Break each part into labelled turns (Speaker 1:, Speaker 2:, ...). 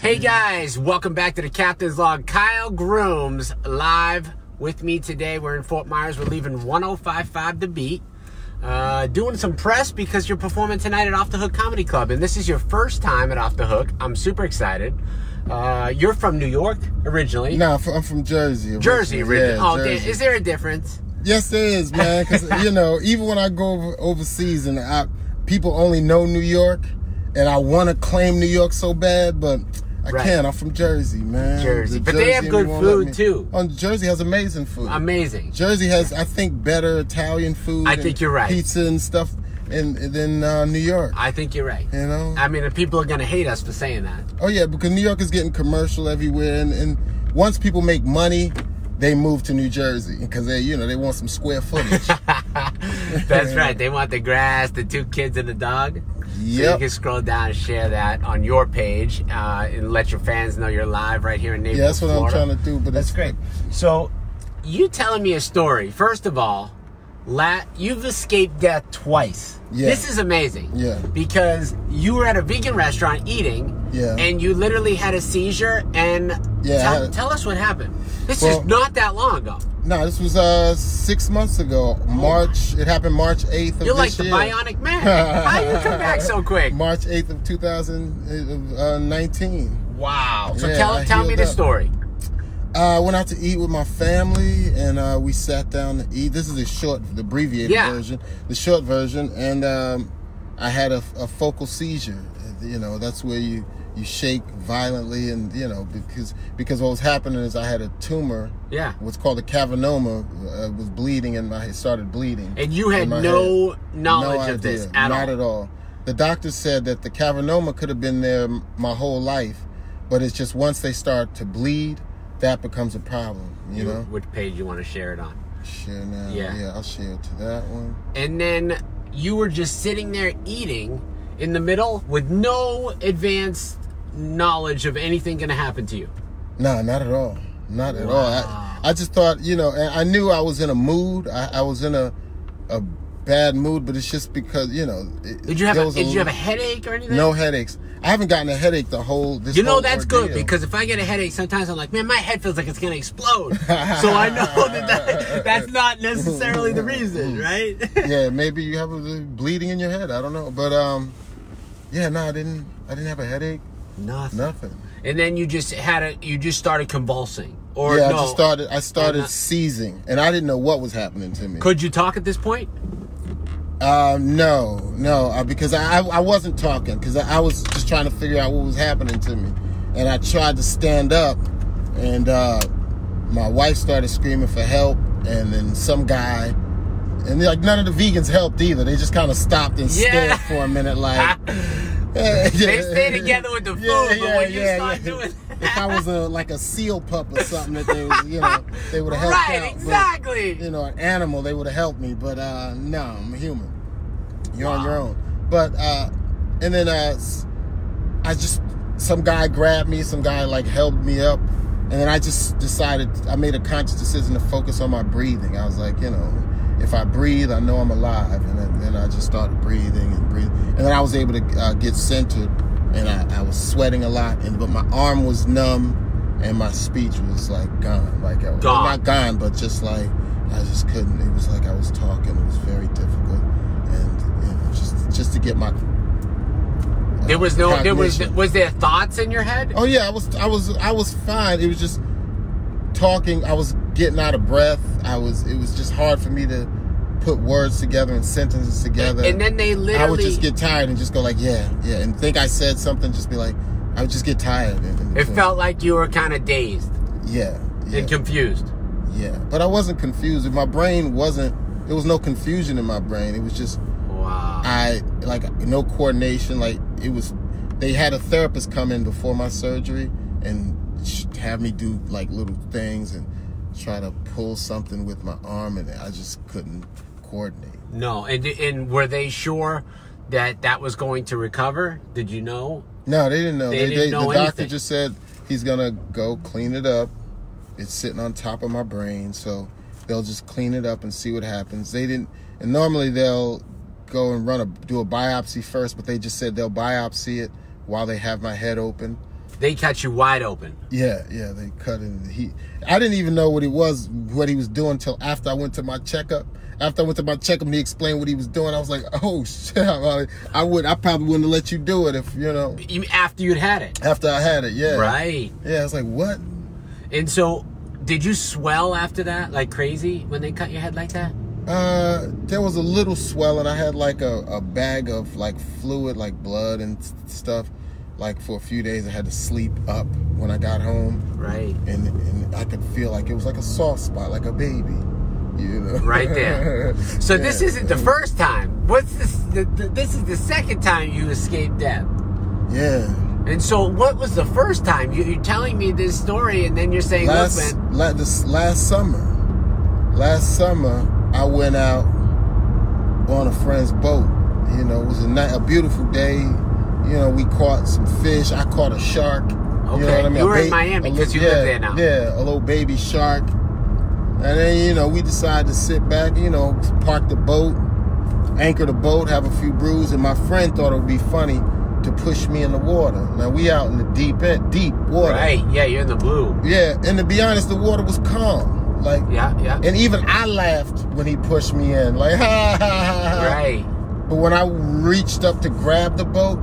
Speaker 1: Hey guys, welcome back to the Captain's Log. Kyle Grooms live with me today. We're in Fort Myers. We're leaving 1055 to beat. Uh, doing some press because you're performing tonight at Off the Hook Comedy Club, and this is your first time at Off the Hook. I'm super excited. Uh, you're from New York originally.
Speaker 2: No, I'm from, I'm from Jersey. Originally.
Speaker 1: Jersey originally.
Speaker 2: Yeah,
Speaker 1: oh, da-
Speaker 2: Jersey.
Speaker 1: is there a difference?
Speaker 2: Yes, there is, man. Because you know, even when I go over, overseas and I, people only know New York, and I want to claim New York so bad, but I
Speaker 1: Right.
Speaker 2: can't. I'm from Jersey, man.
Speaker 1: Jersey.
Speaker 2: The
Speaker 1: But they have
Speaker 2: and
Speaker 1: good
Speaker 2: won't let
Speaker 1: food,
Speaker 2: me-
Speaker 1: too.
Speaker 2: Oh, Jersey has amazing food.
Speaker 1: Amazing.
Speaker 2: Jersey has, I think, better Italian food.
Speaker 1: I
Speaker 2: and
Speaker 1: think you're right.
Speaker 2: Pizza and stuff, and, and then uh, New York.
Speaker 1: I think you're right.
Speaker 2: you know.
Speaker 1: I mean, the people are gonna hate us for saying that.
Speaker 2: Oh yeah, because New York is getting commercial everywhere, and, and once people make money, they move to New Jersey because they, you know, they want some square footage.
Speaker 1: That's right. They want the grass, the two kids, and the dog. So you
Speaker 2: Yep.
Speaker 1: can scroll down and share that on your page uh, and let your fans know you're live right here in Naples,
Speaker 2: yeah, that's what I'm
Speaker 1: Florida.
Speaker 2: trying to do. But
Speaker 3: That's
Speaker 2: it's
Speaker 3: great. So,
Speaker 1: You telling me a story. First of all, la- you've escaped death twice.
Speaker 2: Yeah.
Speaker 1: This is amazing.
Speaker 2: Yeah.
Speaker 1: Because you were at a vegan restaurant eating.
Speaker 2: Yeah.
Speaker 1: And you literally had a seizure. And
Speaker 2: Yeah, I
Speaker 1: tell,
Speaker 2: had-
Speaker 1: tell us what happened. This
Speaker 2: Well-
Speaker 1: is not that long ago.
Speaker 2: No, this was uh six months ago. March. It happened March 8th of
Speaker 1: Oh. You're like
Speaker 2: this
Speaker 1: the
Speaker 2: year.
Speaker 1: bionic man. How you come back so quick?
Speaker 2: March 8th of uh, 2019.
Speaker 1: Wow. So
Speaker 2: Yeah,
Speaker 1: tell
Speaker 2: I
Speaker 1: tell me
Speaker 2: healed
Speaker 1: the
Speaker 2: up.
Speaker 1: story.
Speaker 2: I Uh, went out to eat with my family, and uh, we sat down to eat. This is the short, the abbreviated
Speaker 1: Yeah.
Speaker 2: version, the short version, and um, I had a, a focal seizure. You know, that's where you you shake violently, and you know because because what was happening is I had a tumor,
Speaker 1: Yeah.
Speaker 2: what's called a cavernoma, uh, was bleeding, and my it started bleeding.
Speaker 1: And you had
Speaker 2: in my
Speaker 1: no
Speaker 2: head.
Speaker 1: knowledge
Speaker 2: No
Speaker 1: of this
Speaker 2: idea.
Speaker 1: at
Speaker 2: Not
Speaker 1: all.
Speaker 2: at all. The doctor said that the cavernoma could have been there m- my whole life, but it's just once they start to bleed, that becomes a problem. You,
Speaker 1: You-
Speaker 2: know.
Speaker 1: Which page you want to share it on?
Speaker 2: Share now.
Speaker 1: Yeah.
Speaker 2: Yeah. I'll share to that one.
Speaker 1: And then you were just sitting there eating in the middle with no advanced knowledge of anything going to happen to you.
Speaker 2: No, not at all. Not at all. I, I just thought, you know, and I knew I was in a mood. I, I was in a a bad mood, but it's just because you know. It,
Speaker 1: Did you have
Speaker 2: there
Speaker 1: a,
Speaker 2: was
Speaker 1: did you have a headache or anything?
Speaker 2: no headaches? I haven't gotten a headache the whole. This
Speaker 1: You know
Speaker 2: whole
Speaker 1: that's good
Speaker 2: ordeal.
Speaker 1: because if I get a headache, sometimes I'm like, man, my head feels like it's gonna explode. so I know that, that that's not necessarily the reason, right?
Speaker 2: yeah, maybe you have a little bleeding in your head. I don't know, but um, yeah, no, I didn't. I didn't have a headache.
Speaker 1: Nothing.
Speaker 2: Nothing.
Speaker 1: And then you just had a you just started convulsing, or
Speaker 2: yeah,
Speaker 1: no?
Speaker 2: I just started. I started
Speaker 1: not-
Speaker 2: seizing, and I didn't know what was happening to me.
Speaker 1: Could you talk at this point?
Speaker 2: Um, no, no, uh, because I, I I wasn't talking because I, I was just trying to figure out what was happening to me, and I tried to stand up, and uh, my wife started screaming for help, and then some guy, and like none of the vegans helped either. They just kind of stopped and
Speaker 1: Yeah.
Speaker 2: stared for a minute, like. they
Speaker 1: They stay together with the food, but when you start doing
Speaker 2: if I was a like a seal pup or something that they was, you know, they would have helped
Speaker 1: right,
Speaker 2: out. but-
Speaker 1: exactly.
Speaker 2: you know, an animal, they would have helped me. But uh, no, I'm a human. You're on your own. But uh, and then uh, s- I just some guy grabbed me, some guy like held me up, and then I just decided I made a conscious decision to focus on my breathing. I was like, you know, if I breathe, I know I'm alive. And then, then I just started breathing and breathing, and then I was able to uh, get centered, and I, I was sweating a lot, and but my arm was numb. And my speech was like gone, like I was
Speaker 1: Gone.
Speaker 2: not gone, but just like I just couldn't. It was like I was talking. It was very difficult, and you know, just just to get my
Speaker 1: There was no. There was.
Speaker 2: Cognition.
Speaker 1: Was there thoughts in your head?
Speaker 2: Oh yeah, I was I was I was fine. It was just talking. I was getting out of breath. I was it was just hard for me to put words together and sentences together.
Speaker 1: And then they literally.
Speaker 2: I would just get tired and just go like yeah yeah and think I said something. Just be like I would just get tired. And, and-
Speaker 1: It felt like you were kind of dazed
Speaker 2: yeah yeah
Speaker 1: and confused.
Speaker 2: yeah. But I wasn't confused. My brain wasn't. There was no confusion in my brain. It was just
Speaker 1: Wow.
Speaker 2: I like no coordination. Like it was, they had a therapist come in before my surgery and sh- have me do like little things and try to pull something with my arm, and I just couldn't coordinate.
Speaker 1: No. And and were they sure that that was going to recover? Did you know?
Speaker 2: No, they didn't know.
Speaker 1: They didn't know
Speaker 2: the doctor
Speaker 1: anything.
Speaker 2: just said he's gonna go clean it up. It's sitting on top of my brain, so they'll just clean it up and see what happens. They didn't, and normally they'll go and run a do a biopsy first, but they just said they'll biopsy it while they have my head open.
Speaker 1: they catch you wide open.
Speaker 2: Yeah, yeah, they cut in. He, I didn't even know what he was, what he was doing until after I went to my checkup. After I went to my checkup, he explained what he was doing. I was like, oh shit, I, I would, I probably wouldn't have let you do it if you know.
Speaker 1: You- e, After you'd had it,
Speaker 2: After I had it, yeah,
Speaker 1: right?
Speaker 2: Yeah, I was like, what?
Speaker 1: And so, did you swell after that like crazy when they cut your head like that?
Speaker 2: Uh, there was a little swell, and I had like a, a bag of like fluid, like blood and s- stuff. Like for a few days, I had to sleep up when I got home,
Speaker 1: Right.
Speaker 2: and and I could feel like it was like a soft spot, like a baby, you know.
Speaker 1: Right there. So this
Speaker 2: Yeah.
Speaker 1: isn't the first time. What's this? The, the, this is the second time you escaped death.
Speaker 2: Yeah.
Speaker 1: And so, what was the first time you, you're telling me this story, and then you're saying,
Speaker 2: last
Speaker 1: "Look, man,
Speaker 2: la- this last summer, last summer I went out on a friend's boat. You know, it was a night, a beautiful day. You know, we caught some fish. I caught a shark. you know
Speaker 1: Okay,
Speaker 2: what I mean?
Speaker 1: you
Speaker 2: A
Speaker 1: were in
Speaker 2: ba-
Speaker 1: Miami
Speaker 2: a
Speaker 1: 'cause
Speaker 2: little-
Speaker 1: you live
Speaker 2: yeah,
Speaker 1: there now.
Speaker 2: Yeah, a little baby shark. And then you know we decided to sit back. You know, park the boat, anchor the boat, have a few brews. And my friend thought it would be funny to push me in the water. Now we out in the deep end, deep water.
Speaker 1: right? Yeah, you're in the blue.
Speaker 2: Yeah, and to be honest, the water was calm. Like,
Speaker 1: Yeah, yeah,
Speaker 2: and even I laughed when he pushed me in. Like, ha ha ha. ha.
Speaker 1: right."
Speaker 2: But when I reached up to grab the boat,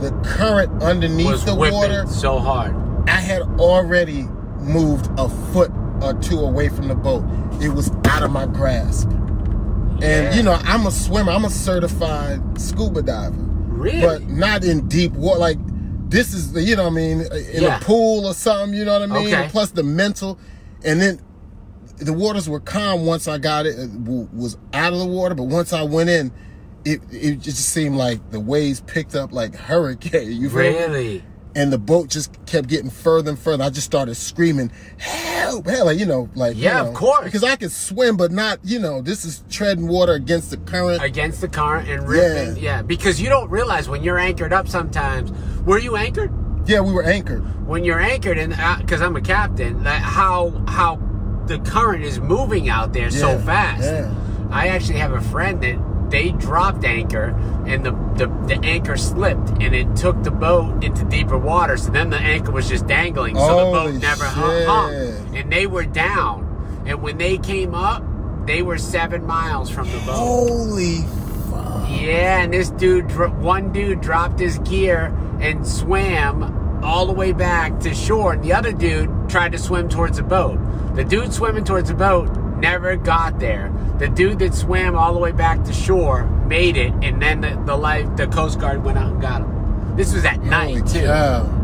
Speaker 2: the current underneath
Speaker 1: Was
Speaker 2: the
Speaker 1: whipping
Speaker 2: water,
Speaker 1: so hard.
Speaker 2: I had already moved a foot or two away from the boat. It was out of my grasp. And,
Speaker 1: Yeah.
Speaker 2: you know, I'm a swimmer, I'm a certified scuba diver
Speaker 1: really?
Speaker 2: but not in deep water. Like this is the, you know what I mean in
Speaker 1: Yeah.
Speaker 2: a pool or something. You know what I mean.
Speaker 1: Okay.
Speaker 2: And plus the mental, and then the waters were calm once I got it. it w- was out of the water, but once I went in, it it just seemed like the waves picked up like hurricane. You feel me?
Speaker 1: really?
Speaker 2: And the boat just kept getting further and further. I just started screaming, "Help! Hell!" Like, you know, like you
Speaker 1: Yeah, of
Speaker 2: know,
Speaker 1: course.
Speaker 2: because I could swim, but not you know. This is treading water against the current.
Speaker 1: Against the current and ripping. Yeah. because you don't realize when you're anchored up sometimes. Were you anchored?
Speaker 2: yeah, we were anchored.
Speaker 1: When you're anchored, and because I'm a captain, like how how the current is moving out there so
Speaker 2: Yeah,
Speaker 1: fast.
Speaker 2: yeah.
Speaker 1: I actually have a friend that they dropped anchor, and the, the the anchor slipped, and it took the boat into deeper water. So then the anchor was just dangling, so the
Speaker 2: Holy
Speaker 1: boat never hung,
Speaker 2: shit.
Speaker 1: hung. And they were down, and when they came up, they were seven miles from the boat.
Speaker 2: Holy fuck.
Speaker 1: Yeah, and this dude, dro- one dude dropped his gear and swam all the way back to shore, and the other dude tried to swim towards the boat. The dude swimming towards the boat never got there. The dude that swam all the way back to shore made it, and then the, the life the Coast Guard went out and got him. This was at night too.
Speaker 2: cow.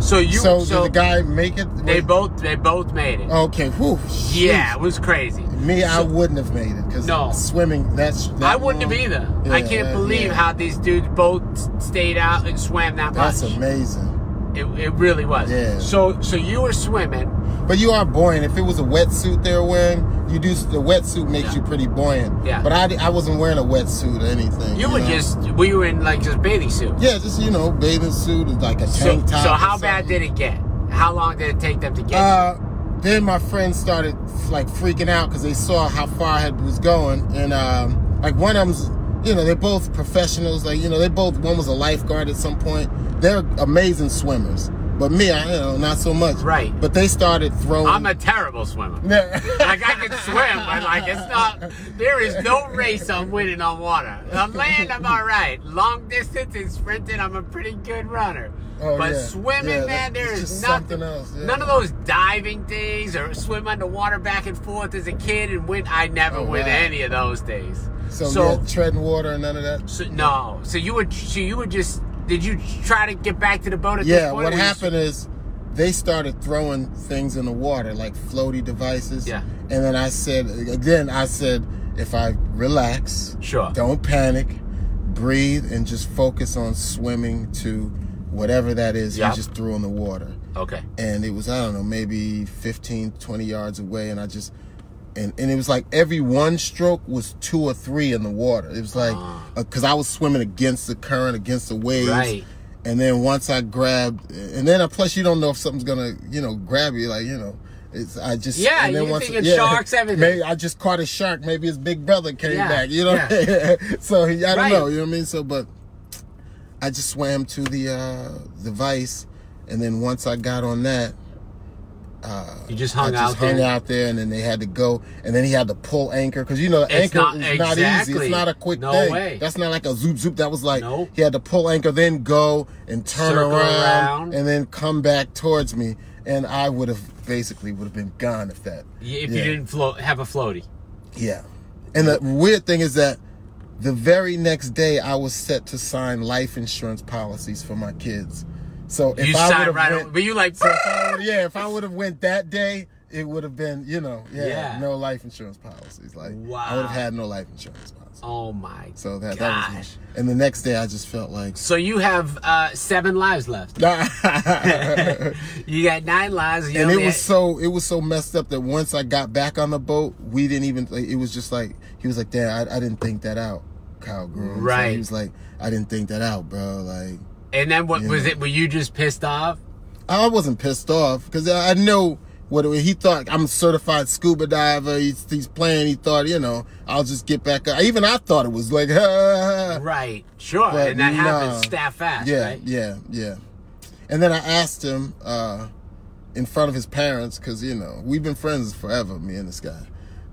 Speaker 1: So you
Speaker 2: uh, so,
Speaker 1: so,
Speaker 2: did the guy make it?
Speaker 1: they
Speaker 2: Wait.
Speaker 1: both they both made it.
Speaker 2: Okay. Whew.
Speaker 1: yeah,
Speaker 2: jeez.
Speaker 1: it was crazy.
Speaker 2: Me, I wouldn't have made it because
Speaker 1: No.
Speaker 2: swimming. That's. That
Speaker 1: I wouldn't have
Speaker 2: long-
Speaker 1: either.
Speaker 2: Yeah,
Speaker 1: I can't
Speaker 2: that-
Speaker 1: believe
Speaker 2: yeah.
Speaker 1: how these dudes both s- stayed out and swam that much.
Speaker 2: That's amazing.
Speaker 1: It, it really was.
Speaker 2: Yeah.
Speaker 1: So so you were swimming.
Speaker 2: But you are buoyant. If it was a wetsuit they were wearing, you do the wetsuit makes
Speaker 1: Yeah.
Speaker 2: you pretty buoyant.
Speaker 1: Yeah.
Speaker 2: But I, di- I wasn't wearing a wetsuit or anything.
Speaker 1: You were
Speaker 2: know?
Speaker 1: just we were in like just bathing suit.
Speaker 2: Yeah, just you know, bathing suit and like a
Speaker 1: So,
Speaker 2: tank
Speaker 1: so
Speaker 2: top. or
Speaker 1: how bad
Speaker 2: something.
Speaker 1: did it get? How long did it take them to get?
Speaker 2: Uh, then my friends started like freaking out because they saw how far I had was going, and um, like one of them's, you know, they're both professionals. Like you know, they both one was a lifeguard at some point. They're amazing swimmers, but me, I you know, not so much.
Speaker 1: Right.
Speaker 2: But they started throwing.
Speaker 1: you? I'm a terrible swimmer.
Speaker 2: Yeah.
Speaker 1: like I can swim, but like it's not. There is no race I'm winning on water. On land, I'm all right. Long distance and sprinting, I'm a pretty good runner.
Speaker 2: Oh,
Speaker 1: but
Speaker 2: yeah.
Speaker 1: swimming,
Speaker 2: Yeah,
Speaker 1: man,
Speaker 2: that-
Speaker 1: there
Speaker 2: it's
Speaker 1: is
Speaker 2: just
Speaker 1: nothing.
Speaker 2: something else, yeah.
Speaker 1: None of those diving things or swim underwater back and forth as a kid and win. I never
Speaker 2: Oh,
Speaker 1: win
Speaker 2: wow.
Speaker 1: any of those days.
Speaker 2: so,
Speaker 1: so
Speaker 2: yeah, treading water and none of that.
Speaker 1: So, no. So you would. So you would just. Did you try to get back to the boat at this
Speaker 2: Yeah,
Speaker 1: point?
Speaker 2: what
Speaker 1: or you-
Speaker 2: happened is they started throwing things in the water, like floaty devices.
Speaker 1: Yeah.
Speaker 2: And then I said, again, I said, if I relax,
Speaker 1: Sure.
Speaker 2: don't panic, breathe, and just focus on swimming to whatever that is
Speaker 1: Yeah.
Speaker 2: you just threw in the water.
Speaker 1: Okay.
Speaker 2: And it was, I don't know, maybe 15, 20 yards away. And I just, and, and it was like every one stroke was two or three in the water. It was like,
Speaker 1: Ah.
Speaker 2: because I was swimming against the current, against the waves.
Speaker 1: Right.
Speaker 2: And then once I grabbed, and then uh, plus you don't know if something's gonna, you know, grab you. Like you know, it's I just
Speaker 1: Yeah,
Speaker 2: And then
Speaker 1: you're thinking sharks, everything.
Speaker 2: Maybe I just caught a shark. Maybe his big brother came
Speaker 1: Yeah,
Speaker 2: back. You know, so he, I don't
Speaker 1: Right.
Speaker 2: know. You know what I mean? So, but I just swam to the uh, the vice, And then once I got on that,
Speaker 1: You just
Speaker 2: I
Speaker 1: hung
Speaker 2: just
Speaker 1: out
Speaker 2: hung
Speaker 1: there.
Speaker 2: out there, and then they had to go, and then he had to pull anchor because you know the anchor
Speaker 1: not-
Speaker 2: is not easy.
Speaker 1: exactly.
Speaker 2: It's not a quick
Speaker 1: No
Speaker 2: thing.
Speaker 1: way.
Speaker 2: That's not like a zoop zoop. That was like
Speaker 1: Nope.
Speaker 2: he had to pull anchor, then go and turn
Speaker 1: Circle
Speaker 2: around,
Speaker 1: around.
Speaker 2: and then come back towards me, and I would have basically would have been gone if that.
Speaker 1: Y- If
Speaker 2: Yeah.
Speaker 1: you didn't float, have a floaty.
Speaker 2: Yeah. And the weird thing is that the very next day I was set to sign life insurance policies for my kids. So if
Speaker 1: you
Speaker 2: I would
Speaker 1: sign
Speaker 2: have
Speaker 1: right
Speaker 2: went,
Speaker 1: away. But you like,
Speaker 2: so if I would've- yeah, if I would have went that day, it would have been, you know, yeah,
Speaker 1: Yeah.
Speaker 2: no life insurance policies. Like I
Speaker 1: Wow.
Speaker 2: would have had no life insurance policy.
Speaker 1: oh my
Speaker 2: So that
Speaker 1: gosh.
Speaker 2: that was and the next day I just felt like
Speaker 1: so you have uh, seven lives left. You got nine lives. You
Speaker 2: and it
Speaker 1: only
Speaker 2: was
Speaker 1: had-
Speaker 2: so it was so messed up that once I got back on the boat, we didn't even. Like, it was just like he was like, "Dad, I, I didn't think that out, Kyle Groom." So
Speaker 1: Right.
Speaker 2: he was like, "I didn't think that out, bro." Like
Speaker 1: And then what was
Speaker 2: Yeah.
Speaker 1: it? Were you just pissed off?
Speaker 2: I wasn't pissed off because I I know what it- he thought. I'm a certified scuba diver. He's, he's playing. He thought, you know, I'll just get back up. Even I thought it was like,
Speaker 1: Right. Sure.
Speaker 2: But
Speaker 1: and that
Speaker 2: no.
Speaker 1: happens that fast.
Speaker 2: Yeah,
Speaker 1: Right?
Speaker 2: yeah, yeah. And then I asked him uh, in front of his parents because you know we've been friends forever, me and this guy.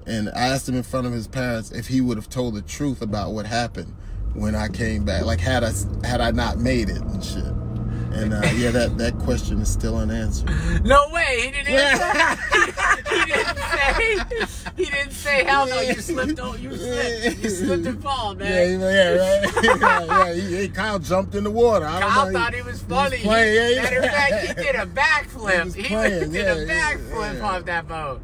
Speaker 2: And I asked him in front of his parents if he would have told the truth about what happened when I came back. Like had I had I not made it and shit. And uh, yeah, that that question is still unanswered.
Speaker 1: No way. He didn't. Answer. he didn't say. He didn't say. Hell no. You slipped. Oh, you slipped. You slipped and fall,
Speaker 2: Yeah,
Speaker 1: man.
Speaker 2: you know, yeah, right. yeah, yeah. He, he- Kyle jumped in the water. I don't
Speaker 1: Kyle
Speaker 2: know,
Speaker 1: thought he was funny.
Speaker 2: playing, yeah, he-
Speaker 1: Matter of fact, he did a
Speaker 2: He was
Speaker 1: backflip. He,
Speaker 2: playing,
Speaker 1: did a
Speaker 2: yeah, yeah,
Speaker 1: backflip
Speaker 2: yeah.
Speaker 1: off that boat.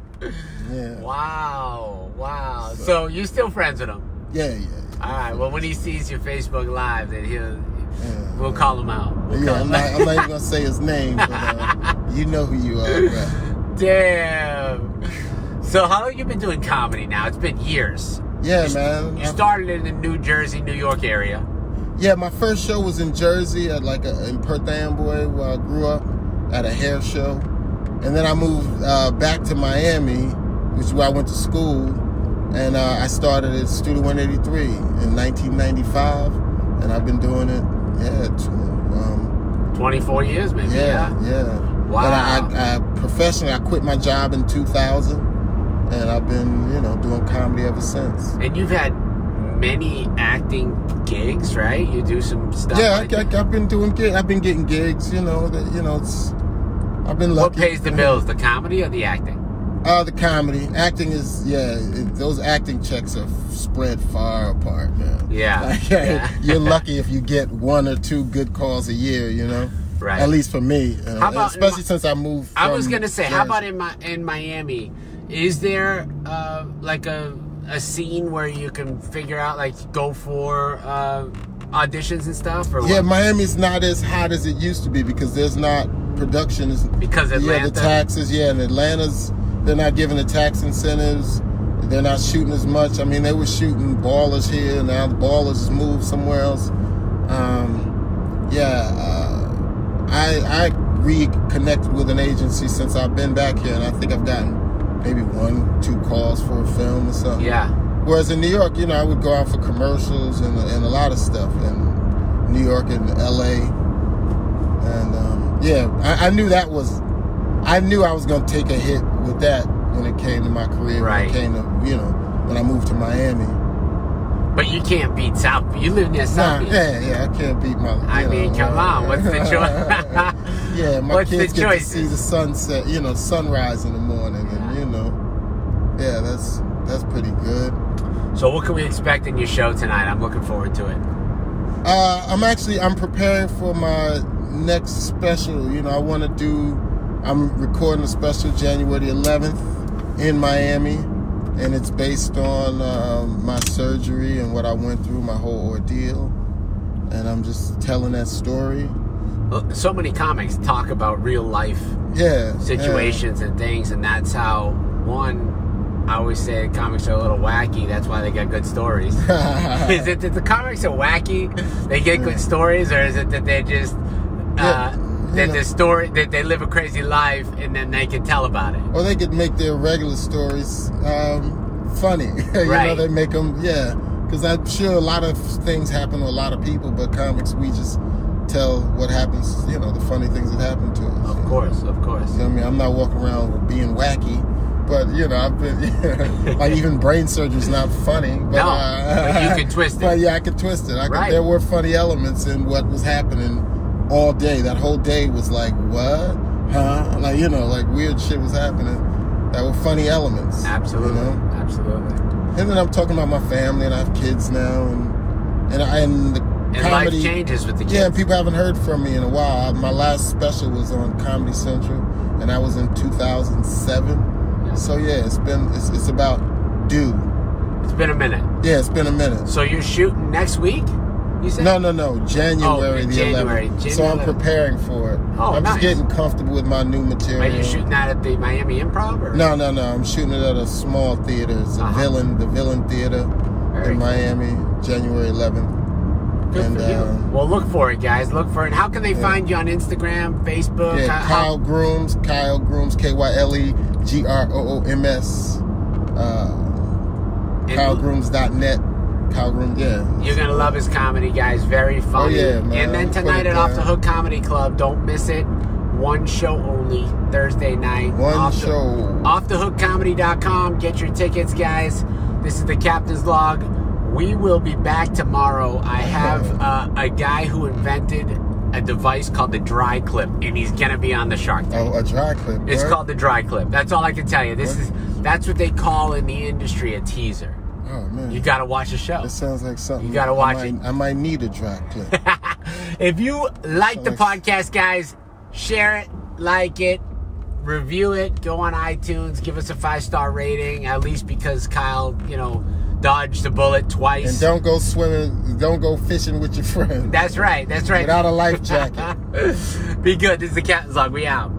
Speaker 2: Yeah.
Speaker 1: Wow. Wow. So, you're still friends with him.
Speaker 2: yeah, yeah, yeah.
Speaker 1: All right. Well, when he sees your Facebook live, then he'll.
Speaker 2: Yeah.
Speaker 1: We'll call him out. We'll
Speaker 2: Yeah,
Speaker 1: call
Speaker 2: I'm
Speaker 1: him
Speaker 2: not,
Speaker 1: out.
Speaker 2: I'm not even gonna say his name, but uh, you know who you are, bro.
Speaker 1: Damn. So how long you been doing comedy now? It's been years.
Speaker 2: Yeah, man.
Speaker 1: You
Speaker 2: I-
Speaker 1: started in the New Jersey, New York area.
Speaker 2: yeah, my first show was in Jersey at like a, in Perth Amboy, where I grew up, at a hair show, and then I moved uh, back to Miami, which is where I went to school, and uh, I started at Studio 183 in 1995, and I've been doing it, yeah, tw um,
Speaker 1: 24 years, maybe.
Speaker 2: Yeah,
Speaker 1: Yeah.
Speaker 2: yeah.
Speaker 1: Wow.
Speaker 2: But I, I, I professionally, I quit my job in 2000, and I've been, you know, doing comedy ever since.
Speaker 1: And you've had many acting gigs, right? You do some stuff.
Speaker 2: yeah,
Speaker 1: like
Speaker 2: I,
Speaker 1: that.
Speaker 2: I, I've been doing gig. I've been getting gigs. You know, that you know, it's. I've been
Speaker 1: What
Speaker 2: lucky.
Speaker 1: pays the bills, the comedy or the acting?
Speaker 2: Uh, the comedy, acting is yeah. It, those acting checks are spread far apart, man.
Speaker 1: Yeah,
Speaker 2: Like,
Speaker 1: yeah.
Speaker 2: You're lucky if you get one or two good calls a year. You know.
Speaker 1: Right.
Speaker 2: At least for me, uh,
Speaker 1: How about-
Speaker 2: especially since I moved.
Speaker 1: I was
Speaker 2: from
Speaker 1: gonna say, how
Speaker 2: Jersey.
Speaker 1: about in my in Miami? Is there uh, like a a scene where you can figure out like go for uh, auditions and stuff? Or
Speaker 2: Yeah,
Speaker 1: what?
Speaker 2: Miami's not as hot as it used to be because there's not production. Is,
Speaker 1: because
Speaker 2: yeah,
Speaker 1: Atlanta.
Speaker 2: the taxes. Yeah, and Atlanta's they're not giving the tax incentives. They're not shooting as much. I mean, they were shooting ballers here. Now the ballers has moved somewhere else. Um, yeah, uh, I I reconnected with an agency since I've been back here, and I think I've gotten maybe one, two calls for a film or something.
Speaker 1: yeah.
Speaker 2: Whereas in New York, you know, I would go out for commercials and, and a lot of stuff in New York and L.A. And um, yeah, I, I knew that was, I knew I was going to take a hit with that when it came to my career.
Speaker 1: Right.
Speaker 2: When it came to you know when I moved to Miami.
Speaker 1: But you can't beat South. You live near
Speaker 2: Nah,
Speaker 1: South Beach.
Speaker 2: yeah, yeah, I can't beat my.
Speaker 1: I
Speaker 2: you
Speaker 1: mean,
Speaker 2: know, uh,
Speaker 1: come on. What's the choice?
Speaker 2: yeah, my
Speaker 1: What's the
Speaker 2: kids get to
Speaker 1: choices?
Speaker 2: see the sunset, you know, sunrise in the morning, and you know, yeah, that's that's pretty good.
Speaker 1: so, what can we expect in your show tonight? I'm looking forward to it.
Speaker 2: Uh, I'm actually I'm preparing for my next special. You know, I want to do. I'm recording a special January 11th in Miami, and it's based on um my surgery and what I went through, my whole ordeal, and I'm just telling that story.
Speaker 1: Uh, So many comics talk about real life
Speaker 2: Yeah. yeah.
Speaker 1: situations and things, and that's how one. I always say comics are a little wacky. That's why they get good stories. is it that the comics are wacky? They get good stories, or is it that they just
Speaker 2: Yeah,
Speaker 1: uh,
Speaker 2: yeah.
Speaker 1: that the story that they live a crazy life and then they can tell about it?
Speaker 2: or they could make their regular stories um, funny. you know,
Speaker 1: Right.
Speaker 2: they make them, yeah. Because I'm sure a lot of things happen to a lot of people, but comics, we just tell what happens, you know, the funny things that happen to us.
Speaker 1: Of course, of course.
Speaker 2: You know what I mean, I'm not walking around with being wacky, but you know, I've been like even brain surgery's not funny. But,
Speaker 1: No,
Speaker 2: uh,
Speaker 1: but you can twist it.
Speaker 2: But yeah, I could twist it. I could,
Speaker 1: Right.
Speaker 2: There were funny elements in what was happening all day. That whole day was like what, huh? Like you know, like weird shit was happening. That were funny elements. you
Speaker 1: Absolutely,
Speaker 2: know?
Speaker 1: absolutely.
Speaker 2: And then I'm talking about my family, and I have kids now, and and I, and the
Speaker 1: And
Speaker 2: comedy
Speaker 1: life changes with the kids.
Speaker 2: yeah, people haven't heard from me in a while. I- My last special was on Comedy Central, and that was in 2007.
Speaker 1: Yeah.
Speaker 2: So yeah, it's been it's, it's about due.
Speaker 1: It's been a minute.
Speaker 2: Yeah, it's been a minute.
Speaker 1: So you're shooting next week? You said?
Speaker 2: No, no, no. January
Speaker 1: Oh,
Speaker 2: the
Speaker 1: January,
Speaker 2: 11th.
Speaker 1: January
Speaker 2: so I'm
Speaker 1: 11th.
Speaker 2: preparing for it.
Speaker 1: Oh,
Speaker 2: I'm just
Speaker 1: nice.
Speaker 2: getting comfortable with my new material.
Speaker 1: Are you shooting that at the Miami Improv? Or?
Speaker 2: No, no, no. I'm shooting it at a small theater. It's a
Speaker 1: Uh-huh.
Speaker 2: villain, the Villain Theater
Speaker 1: Very
Speaker 2: in
Speaker 1: cool.
Speaker 2: Miami, January 11th.
Speaker 1: Good
Speaker 2: and,
Speaker 1: for
Speaker 2: um,
Speaker 1: you. Well, look for it, guys. Look for it. How can they
Speaker 2: Yeah.
Speaker 1: find you on Instagram, Facebook?
Speaker 2: Yeah,
Speaker 1: How-
Speaker 2: Kyle Grooms, Kyle Grooms, K Y L E G R O O M S. Uh,
Speaker 1: and
Speaker 2: kylegrooms.net. Kyle Grooms, yeah.
Speaker 1: You're gonna love his comedy, guys. Very funny.
Speaker 2: Oh, yeah, man.
Speaker 1: And then
Speaker 2: Put
Speaker 1: tonight
Speaker 2: it
Speaker 1: at Off the
Speaker 2: down.
Speaker 1: Hook Comedy Club, don't miss it. One show only Thursday night.
Speaker 2: One
Speaker 1: off
Speaker 2: show.
Speaker 1: The, offthehookcomedy.com. Get your tickets, guys. This is the Captain's Log. We will be back tomorrow. I have uh, a guy who invented a device called the dry clip, and he's gonna be on the Shark Tank.
Speaker 2: Oh, a dry clip.
Speaker 1: It's
Speaker 2: word?
Speaker 1: called the dry clip. That's all I can tell you. This
Speaker 2: What?
Speaker 1: is that's what they call in the industry a teaser.
Speaker 2: Oh man.
Speaker 1: You gotta watch the show.
Speaker 2: That sounds like something.
Speaker 1: You gotta watch
Speaker 2: I
Speaker 1: it.
Speaker 2: might, I might need a dry clip.
Speaker 1: if you like the
Speaker 2: Thanks.
Speaker 1: podcast, guys, share it, like it, review it, go on iTunes, give us a five star rating, at least because Kyle, you know, dodged the bullet twice.
Speaker 2: and don't go swimming. Don't go fishing with your friends
Speaker 1: that's right, that's right.
Speaker 2: without a life jacket.
Speaker 1: Be good. This is the Captain's Log. We out.